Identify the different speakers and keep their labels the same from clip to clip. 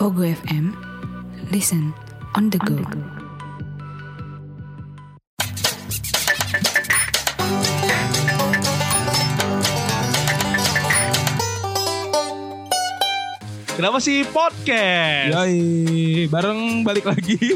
Speaker 1: Ogo FM. Listen on the go.
Speaker 2: Kenapa sih
Speaker 3: Ya,
Speaker 2: podcast?
Speaker 3: Yoi, bareng balik lagi.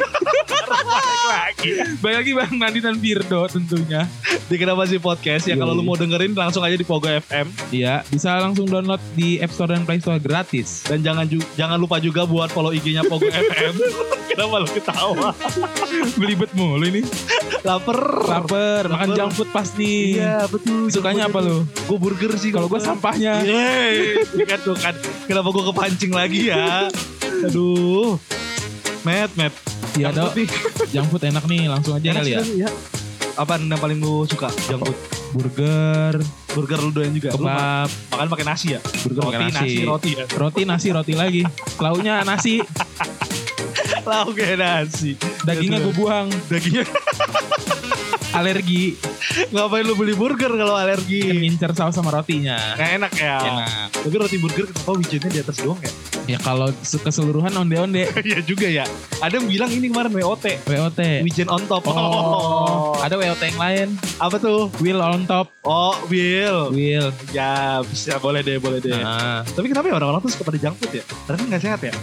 Speaker 2: Balik lagi.
Speaker 3: balik lagi Bang Nandi dan Birdo tentunya.
Speaker 2: Di Kenapa sih podcast? Ya kalau lu mau dengerin langsung aja di Pogo FM
Speaker 3: Iya, bisa langsung download di App Store dan Play Store gratis.
Speaker 2: dan jangan ju- jangan lupa juga buat follow IG-nya Pogo FM. Kenapa lu ketawa?
Speaker 3: Belibet mulu ini.
Speaker 2: Laper.
Speaker 3: Laper, makan
Speaker 2: Laper.
Speaker 3: junk food pas nih.
Speaker 2: Iya. betul.
Speaker 3: Sukanya apa lu?
Speaker 2: Gue burger sih.
Speaker 3: Kalau gue
Speaker 2: Iya.
Speaker 3: sampahnya.
Speaker 2: Yeay, kan tuh kan. Kenapa gue kepancing lagi ya? Aduh. Matt, Matt. Junk
Speaker 3: Iya, ada
Speaker 2: food nih.
Speaker 3: junk food enak nih, langsung aja
Speaker 2: Enak
Speaker 3: kali ya.
Speaker 2: sih, ya. Apaan yang paling lu suka? Junk food.
Speaker 3: Burger,
Speaker 2: Burger lu doyan juga. Lu ma-
Speaker 3: kebab,
Speaker 2: makan pakai nasi ya?
Speaker 3: burger pakai
Speaker 2: Roti,
Speaker 3: nasi.
Speaker 2: nasi, roti ya.
Speaker 3: Roti, nasi, roti lagi. Lauknya nasi,
Speaker 2: Lauk ya nasi.
Speaker 3: dagingnya
Speaker 2: Iya,
Speaker 3: gue buang.
Speaker 2: dagingnya
Speaker 3: Alergi,
Speaker 2: ngapain lu beli burger kalau
Speaker 3: kan
Speaker 2: alergi
Speaker 3: ngincer saus sama rotinya.
Speaker 2: nggak enak ya
Speaker 3: Enak.
Speaker 2: tapi roti burger kenapa wijennya di atas doang ya
Speaker 3: Ya kalau se- keseluruhan onde-onde.
Speaker 2: iya juga ya ada yang bilang ini kemarin WOT
Speaker 3: WOT.
Speaker 2: wijen on top
Speaker 3: Oh, ada WOT yang lain.
Speaker 2: apa tuh
Speaker 3: Wheel on top.
Speaker 2: oh Will
Speaker 3: Wheel.
Speaker 2: ya bisa boleh deh boleh deh
Speaker 3: Nah,
Speaker 2: tapi kenapa ya orang-orang tuh suka pada junk food ya ternyata nggak sehat ya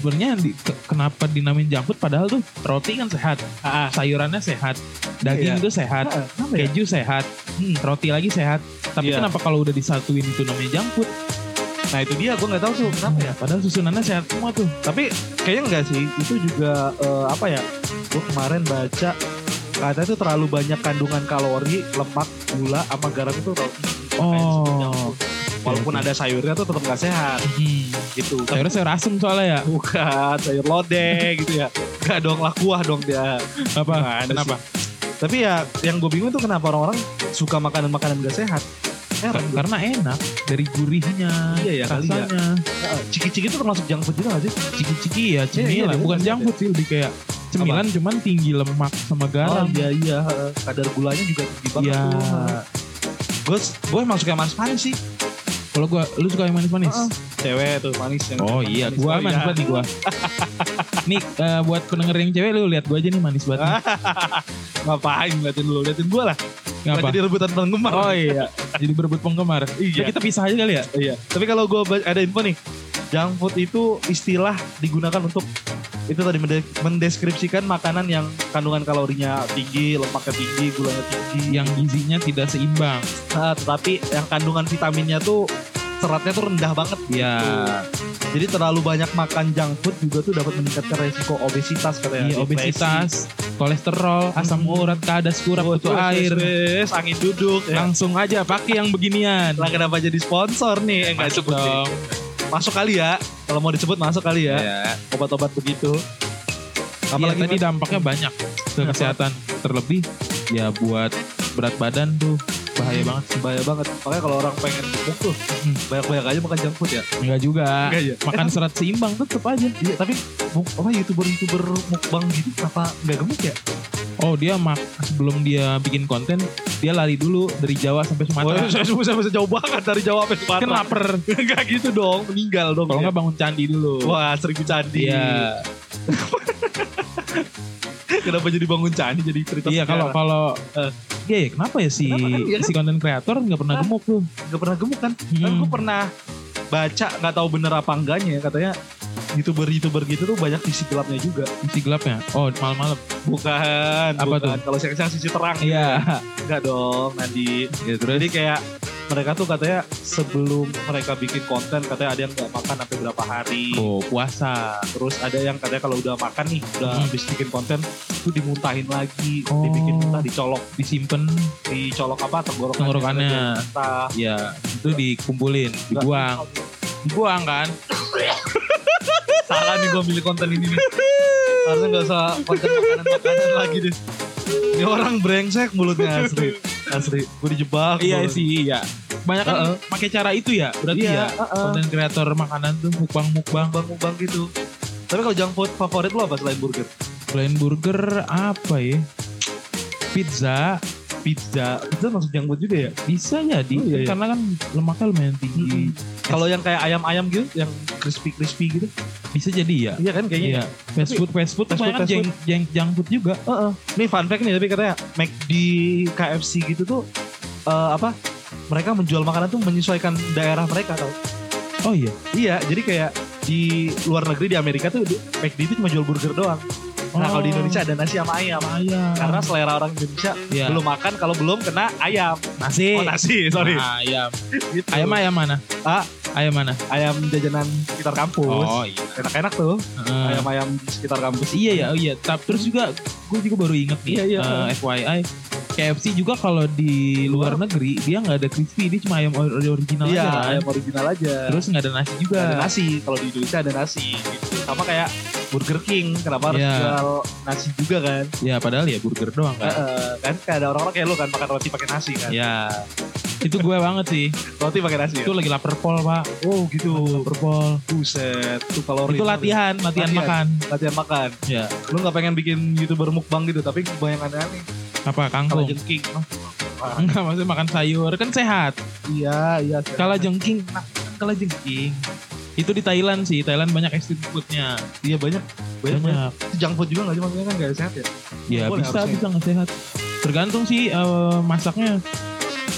Speaker 3: sebenarnya di- ke- kenapa dinamain junk food padahal tuh roti kan sehat,
Speaker 2: ah,
Speaker 3: sayurannya sehat, daging
Speaker 2: Iya.
Speaker 3: tuh sehat,
Speaker 2: kenapa ya
Speaker 3: keju sehat,
Speaker 2: Hmm.
Speaker 3: roti lagi sehat. Tapi
Speaker 2: Iya.
Speaker 3: kenapa kalau udah disatuin itu namanya junk food?
Speaker 2: nah itu dia gue nggak tahu tuh kenapa ya
Speaker 3: Padahal susunannya sehat semua tuh.
Speaker 2: tapi kayaknya enggak sih itu juga eh, apa ya gue kemarin baca katanya tuh terlalu banyak kandungan kalori lemak gula sama garam itu terlalu tinggi. Makanya disebut junk
Speaker 3: Oh.
Speaker 2: food. walaupun ada sayurnya tuh tetap nggak sehat
Speaker 3: Hmm.
Speaker 2: gitu Tapi
Speaker 3: Sayurnya sayur asem soalnya ya.
Speaker 2: bukan sayur lodeh gitu ya nggak dong lah kuah dong dia Gimana
Speaker 3: Apa? Kenapa?
Speaker 2: tapi ya yang gue bingung tuh kenapa orang-orang suka makanan-makanan gak sehat Heran
Speaker 3: Kar-
Speaker 2: gua.
Speaker 3: Karena enak dari gurihnya,
Speaker 2: Iya ya, kali ya.
Speaker 3: rasanya.
Speaker 2: Eh, ciki-ciki tuh termasuk junk food juga gak sih
Speaker 3: Ciki-ciki ya,
Speaker 2: Iya, iya,
Speaker 3: cemilan.
Speaker 2: iya,
Speaker 3: Bukan
Speaker 2: iya,
Speaker 3: junk food sih, lebih kayak cemilan cuman tinggi lemak sama garam.
Speaker 2: Oh, iya iya eh, kadar gulanya juga tinggi banget
Speaker 3: Iya.
Speaker 2: gue gue emang suka yang manis-manis sih
Speaker 3: Kalau gua lu suka yang manis-manis?
Speaker 2: Heeh. cewek tuh manis yang
Speaker 3: Oh iya, gua manis banget nih gua. nih eh, buat pendengar yang cewek lu lihat gua aja nih manis banget. nih.
Speaker 2: ngapain ngeliatin lu liatin gue lah
Speaker 3: Ngapa?
Speaker 2: Nggak jadi rebutan penggemar
Speaker 3: Oh iya, jadi berebut penggemar.
Speaker 2: Iya.
Speaker 3: Udah kita pisah aja kali ya.
Speaker 2: Iya. Tapi kalau gue ada info nih, junk food itu istilah digunakan untuk itu tadi mende- mendeskripsikan makanan yang kandungan kalorinya tinggi, lemaknya tinggi, gulanya tinggi,
Speaker 3: Yang gizinya tidak seimbang.
Speaker 2: Ah, tetapi yang kandungan vitaminnya tuh seratnya tuh rendah banget.
Speaker 3: Iya.
Speaker 2: Gitu. Jadi terlalu banyak makan junk food juga tuh dapat meningkatkan resiko obesitas katanya.
Speaker 3: Iya,
Speaker 2: Depresi.
Speaker 3: obesitas, kolesterol, asam
Speaker 2: Hmm.
Speaker 3: urat, kadas kurang,
Speaker 2: Wes,
Speaker 3: butuh
Speaker 2: wes,
Speaker 3: air. Iya.
Speaker 2: wes, angin duduk. Ya.
Speaker 3: Langsung aja pakai yang beginian.
Speaker 2: Lah kenapa jadi sponsor nih? Eh, nggak
Speaker 3: Masuk
Speaker 2: disebut nih.
Speaker 3: dong.
Speaker 2: Masuk kali ya. Kalau mau disebut masuk kali ya.
Speaker 3: Iya.
Speaker 2: Obat-obat begitu.
Speaker 3: Apalagi
Speaker 2: Apalagi
Speaker 3: tadi dampaknya banyak ke
Speaker 2: Kenapa?
Speaker 3: kesehatan terlebih ya buat berat badan tuh bahaya banget.
Speaker 2: bahaya banget makanya kalau orang pengen gemuk tuh
Speaker 3: Hmm.
Speaker 2: banyak-banyak aja makan junk food ya
Speaker 3: Enggak juga.
Speaker 2: Enggak ya?
Speaker 3: Makan serat seimbang tetep aja.
Speaker 2: iya tapi mu- apa youtuber-youtuber mukbang gitu kenapa nggak gemuk ya
Speaker 3: Oh dia mak sebelum dia bikin konten dia lari dulu dari Jawa sampai Sumatera.
Speaker 2: saya susah bisa jauh banget dari Jawa sampai
Speaker 3: kan
Speaker 2: Sumatera
Speaker 3: lapar.
Speaker 2: nggak gitu dong meninggal dong
Speaker 3: Kalau
Speaker 2: ya.
Speaker 3: nggak bangun candi dulu.
Speaker 2: wah seribu candi
Speaker 3: Iya.
Speaker 2: kenapa jadi bangun candi jadi cerita
Speaker 3: Iya kalau kalau
Speaker 2: Eh.
Speaker 3: iya ya, kenapa ya si
Speaker 2: Kenapa kan? Iya kan?
Speaker 3: si konten kreator nggak pernah
Speaker 2: Hah?
Speaker 3: gemuk tuh.
Speaker 2: nggak pernah gemuk kan kan
Speaker 3: Hmm.
Speaker 2: gue pernah baca nggak tahu bener apa enggaknya ya, katanya youtuber-youtuber gitu tuh banyak sisi gelapnya juga
Speaker 3: Si gelapnya. Oh malam-malam.
Speaker 2: bukan
Speaker 3: Apa
Speaker 2: bukan. kalau siang-siang sisi terang
Speaker 3: Iya.
Speaker 2: enggak dong Nandi
Speaker 3: Ya,
Speaker 2: Jadi
Speaker 3: terus
Speaker 2: kayak mereka tuh katanya sebelum mereka bikin konten katanya ada yang nggak makan sampai berapa hari. Nah,
Speaker 3: oh puasa.
Speaker 2: Terus ada yang katanya kalau udah makan nih, udah
Speaker 3: Hmm.
Speaker 2: habis bikin konten tuh dimuntahin lagi,
Speaker 3: Oh.
Speaker 2: dibikin muntah, dicolok,
Speaker 3: Disimpan.
Speaker 2: dicolok apa tenggorokan.
Speaker 3: Tenggorokannya.
Speaker 2: Entah.
Speaker 3: Ya itu dikumpulin, dibuang, dibuang kan.
Speaker 2: Salah nih gue milih konten ini nih. Harusnya nggak usah konten makanan-makanan lagi deh. Ini orang brengsek mulutnya asli. Asli, gue dijebak.
Speaker 3: Iya
Speaker 2: mulu.
Speaker 3: sih iya. Banyak kan pakai cara itu ya. Berarti
Speaker 2: Iya,
Speaker 3: ya konten kreator makanan tuh mukbang-mukbang.
Speaker 2: Bang-bang gitu. Tapi kalau junk food favorit lo apa selain burger?
Speaker 3: Selain burger apa ya? Pizza
Speaker 2: Pizza. Pizza masuk junk food juga ya?
Speaker 3: bisa jadi
Speaker 2: Oh, iya, iya.
Speaker 3: karena kan lemaknya lumayan tinggi.
Speaker 2: Kalau yang kayak ayam-ayam gitu, yang crispy crispy gitu,
Speaker 3: Bisa jadi ya.
Speaker 2: Iya kan kayaknya.
Speaker 3: Iya. Fast
Speaker 2: Tapi-
Speaker 3: food, fast
Speaker 2: Fast food,
Speaker 3: food, kebanyakan
Speaker 2: fast
Speaker 3: jeng, jeng, junk food juga.
Speaker 2: Heeh. Nih fun fact nih tapi katanya McD, KFC gitu tuh eh, apa? Mereka menjual makanan tuh menyesuaikan daerah mereka tau.
Speaker 3: Oh iya.
Speaker 2: Iya, jadi kayak di luar negeri di Amerika tuh di- McD itu cuma jual burger doang. Nah, kalau di
Speaker 3: Oh.
Speaker 2: Indonesia ada nasi sama ayam.
Speaker 3: Ayam.
Speaker 2: Karena selera orang Indonesia
Speaker 3: Iya.
Speaker 2: belum makan kalau belum kena ayam.
Speaker 3: nasi.
Speaker 2: Oh, nasi, sorry.
Speaker 3: Ayam.
Speaker 2: Gitu.
Speaker 3: Eh. Nah. Ayam ayam mana?
Speaker 2: Ah.
Speaker 3: Ayam mana?
Speaker 2: ayam jajanan sekitar kampus.
Speaker 3: iya.
Speaker 2: Enak-enak tuh
Speaker 3: Heeh.
Speaker 2: ayam-ayam di sekitar kampus.
Speaker 3: Iya ya, oh iya. Tap terus juga gue juga baru inget nih.
Speaker 2: Iya, iya.
Speaker 3: eh, FYI, KFC juga kalau di luar negeri dia nggak ada crispy, dia cuma ayam or- original
Speaker 2: Iya,
Speaker 3: aja. kan.
Speaker 2: ayam original aja.
Speaker 3: Terus nggak ada nasi juga.
Speaker 2: ada nasi kalau di Indonesia ada nasi gitu. sama kayak Burger King kenapa harus
Speaker 3: Iya.
Speaker 2: jual nasi juga kan
Speaker 3: Ya padahal ya burger doang
Speaker 2: Eh,
Speaker 3: kan.
Speaker 2: eh, kan kayak ada orang-orang kayak lu kan makan roti pakai nasi kan
Speaker 3: Ya. Itu gue banget sih.
Speaker 2: roti pakai nasi kan?
Speaker 3: Itu lagi lapar pol, Pak.
Speaker 2: oh gitu
Speaker 3: Lapar pol.
Speaker 2: buset tuh kalau
Speaker 3: Itu latihan,
Speaker 2: Latihan.
Speaker 3: latihan, makan.
Speaker 2: latihan makan
Speaker 3: Ya.
Speaker 2: lu nggak pengen bikin youtuber mukbang gitu tapi bayangannya nih
Speaker 3: Apa
Speaker 2: kalau
Speaker 3: kangkung?
Speaker 2: jengking oh, ah,
Speaker 3: Enggak maksudnya makan sayur kan sehat.
Speaker 2: iya iya sih.
Speaker 3: Kalau jengking, nah, kan kalau jengking. Itu di Thailand sih. Thailand banyak street foodnya.
Speaker 2: iya banyak banyak, banyak.
Speaker 3: Banyak.
Speaker 2: Itu junk food juga nggak sih maksudnya kan nggak sehat ya
Speaker 3: Ya
Speaker 2: Boleh
Speaker 3: bisa
Speaker 2: harusnya.
Speaker 3: bisa nggak sehat. Tergantung sih eh, masaknya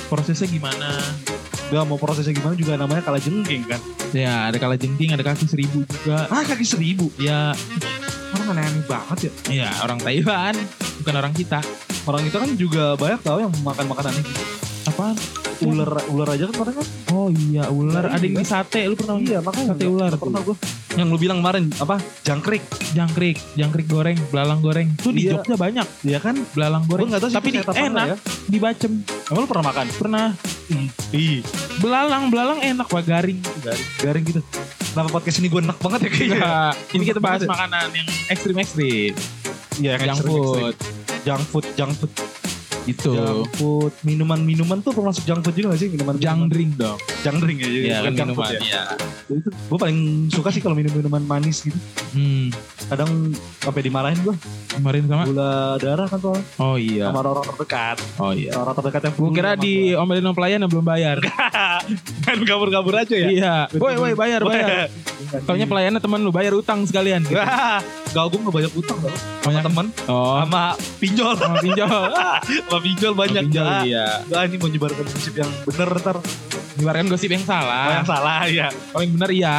Speaker 3: prosesnya gimana.
Speaker 2: nggak mau prosesnya gimana juga namanya kalah jengking kan
Speaker 3: Ya ada kala jengking, ada kaki seribu juga.
Speaker 2: ah kaki seribu
Speaker 3: Ya,
Speaker 2: orang aneh-aneh banget ya
Speaker 3: ya orang Taiwan bukan orang kita.
Speaker 2: orang itu kan juga banyak tau yang makan makanan ini
Speaker 3: Apaan?
Speaker 2: ular ular aja kan kadang kan
Speaker 3: Oh iya ular.
Speaker 2: Iya,
Speaker 3: Ada yang
Speaker 2: iya.
Speaker 3: di sate. Lu pernah
Speaker 2: iya makanya
Speaker 3: sate ular?
Speaker 2: pernah gue yang lu bilang kemarin apa jangkrik
Speaker 3: Jangkrik, jangkrik goreng, belalang goreng. Itu di
Speaker 2: Iya.
Speaker 3: Jogja banyak
Speaker 2: iya kan
Speaker 3: belalang
Speaker 2: gue
Speaker 3: goreng.
Speaker 2: nggak tahu sih
Speaker 3: Tapi
Speaker 2: itu
Speaker 3: di,
Speaker 2: sehat apa
Speaker 3: enak
Speaker 2: enggak
Speaker 3: di Bacem.
Speaker 2: ya. emang lu pernah makan
Speaker 3: Pernah
Speaker 2: ih
Speaker 3: belalang belalang enak pak garing.
Speaker 2: garing garing gitu kenapa podcast ini gue enak banget ya kayaknya
Speaker 3: Nah, ini kita bahas
Speaker 2: Banget
Speaker 3: makanan yang ekstrim ekstrim,
Speaker 2: iya yang
Speaker 3: yang
Speaker 2: ekstrim, ekstrim.
Speaker 3: food
Speaker 2: junk food junk food
Speaker 3: gitu.
Speaker 2: junk food minuman minuman tuh termasuk junk food juga gak sih minuman
Speaker 3: Jang drink dong.
Speaker 2: junk drink ya jadi
Speaker 3: Iya,
Speaker 2: bukan
Speaker 3: kan
Speaker 2: junk
Speaker 3: minuman.
Speaker 2: food ya
Speaker 3: Iya.
Speaker 2: gue paling suka sih kalau minum minuman manis gitu
Speaker 3: Hmm,
Speaker 2: kadang sampai dimarahin gue
Speaker 3: kemarin sama
Speaker 2: gula darah kan tuh orang.
Speaker 3: Oh iya.
Speaker 2: sama orang terdekat
Speaker 3: Oh iya.
Speaker 2: orang terdekat yang
Speaker 3: Gue
Speaker 2: peduli
Speaker 3: kira
Speaker 2: sama
Speaker 3: di
Speaker 2: gua.
Speaker 3: omelin sama pelayan yang belum bayar.
Speaker 2: kan kabur-kabur aja ya
Speaker 3: Iya.
Speaker 2: Betul.
Speaker 3: Woi woi bayar bayar.
Speaker 2: Iya,
Speaker 3: Taunya gitu. pelayannya teman lu bayar utang sekalian. gitu.
Speaker 2: Wah, gak gue gak banyak utang tau Sama
Speaker 3: Banyak.
Speaker 2: temen
Speaker 3: Oh.
Speaker 2: Sama pinjol
Speaker 3: Sama pinjol.
Speaker 2: Sama pinjol banyak
Speaker 3: Pinjol,
Speaker 2: Ah,
Speaker 3: iya.
Speaker 2: Gak ini mau nyebarkan prinsip yang bener ntar
Speaker 3: Nyebarkan gosip yang
Speaker 2: Kalau
Speaker 3: salah.
Speaker 2: yang salah ya
Speaker 3: Kalau yang benar iya.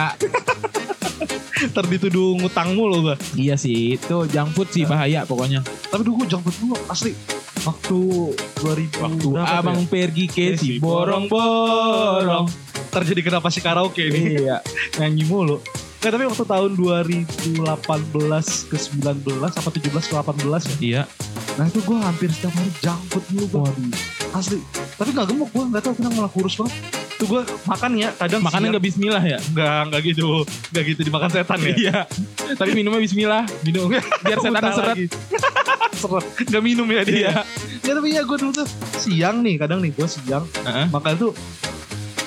Speaker 2: Ntar dituduh ngutang mulu gue
Speaker 3: Iya sih, itu junk food sih bahaya pokoknya.
Speaker 2: Tapi dulu gue jangkut dulu asli Waktu 2000 berapa
Speaker 3: Waktu
Speaker 2: tuh
Speaker 3: Abang pergi
Speaker 2: Eh,
Speaker 3: ya? ke
Speaker 2: si
Speaker 3: si borong-borong.
Speaker 2: ya? Ntar jadi kenapa sih karaoke ini
Speaker 3: Iya.
Speaker 2: Nyanyi mulu Nggak, tapi waktu tahun 2018 ke 19 apa 17 ke 18 ya.
Speaker 3: Iya.
Speaker 2: Nah itu gue hampir setiap hari jangkut mulu gue.
Speaker 3: Waduh.
Speaker 2: asli tapi nggak gemuk gue nggak tahu kenapa malah kurus banget tuh gue makan ya kadang
Speaker 3: Makannya
Speaker 2: siang-
Speaker 3: nggak bismillah ya?
Speaker 2: nggak nggak gitu nggak gitu dimakan setan ya
Speaker 3: Iya. Tapi minumnya bismillah.
Speaker 2: minum
Speaker 3: Biar setannya
Speaker 2: Muntah
Speaker 3: seret.
Speaker 2: lagi. seret nggak minum ya dia
Speaker 3: Iya.
Speaker 2: ya tapi ya gue dulu tuh siang nih kadang nih gue siang
Speaker 3: Heeh.
Speaker 2: makan tuh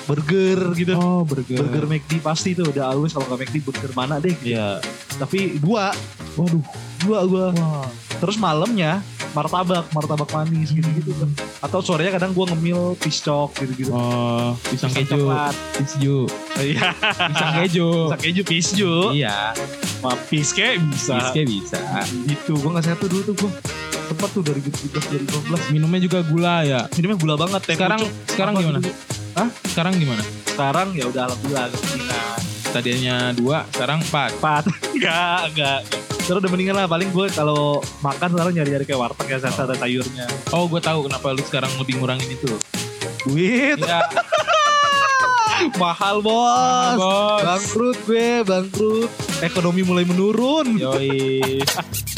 Speaker 2: burger gitu
Speaker 3: Oh, burger.
Speaker 2: burger McD pasti tuh udah always kalau nggak McD burger mana deh gitu.
Speaker 3: Iya.
Speaker 2: tapi dua
Speaker 3: Waduh.
Speaker 2: dua gue
Speaker 3: Wah.
Speaker 2: terus malamnya martabak martabak manis gitu gitu atau sorenya kadang gue ngemil piscok gitu gitu
Speaker 3: Oh, pisang keju. Pisju.
Speaker 2: iya
Speaker 3: Pisang keju.
Speaker 2: Bisa keju pisju
Speaker 3: Iya,
Speaker 2: Sama piske bisa
Speaker 3: biske bisa.
Speaker 2: Gitu Gue gak sehat tuh dulu tuh gue Tepat tuh 2017
Speaker 3: Minumnya juga gula ya.
Speaker 2: 2012 Minumnya gula banget teh
Speaker 3: Sekarang
Speaker 2: pucuk.
Speaker 3: sekarang
Speaker 2: Apa
Speaker 3: gimana?
Speaker 2: dulu?
Speaker 3: Sekarang gimana?
Speaker 2: Sekarang ya udah alhamdulillah agak mendingan
Speaker 3: Tadinya dua, sekarang empat.
Speaker 2: Empat Enggak Enggak Terus udah mendingan lah Paling gue kalau makan sekarang nyari-nyari kayak warteg ya Saat ada sayurnya
Speaker 3: Oh, gue tahu kenapa lu sekarang lebih ngurangin itu.
Speaker 2: Duit
Speaker 3: Iya,
Speaker 2: Mahal bos
Speaker 3: bos. Iya,
Speaker 2: Bangkrut gue Bangkrut Ekonomi mulai menurun
Speaker 3: Yoi.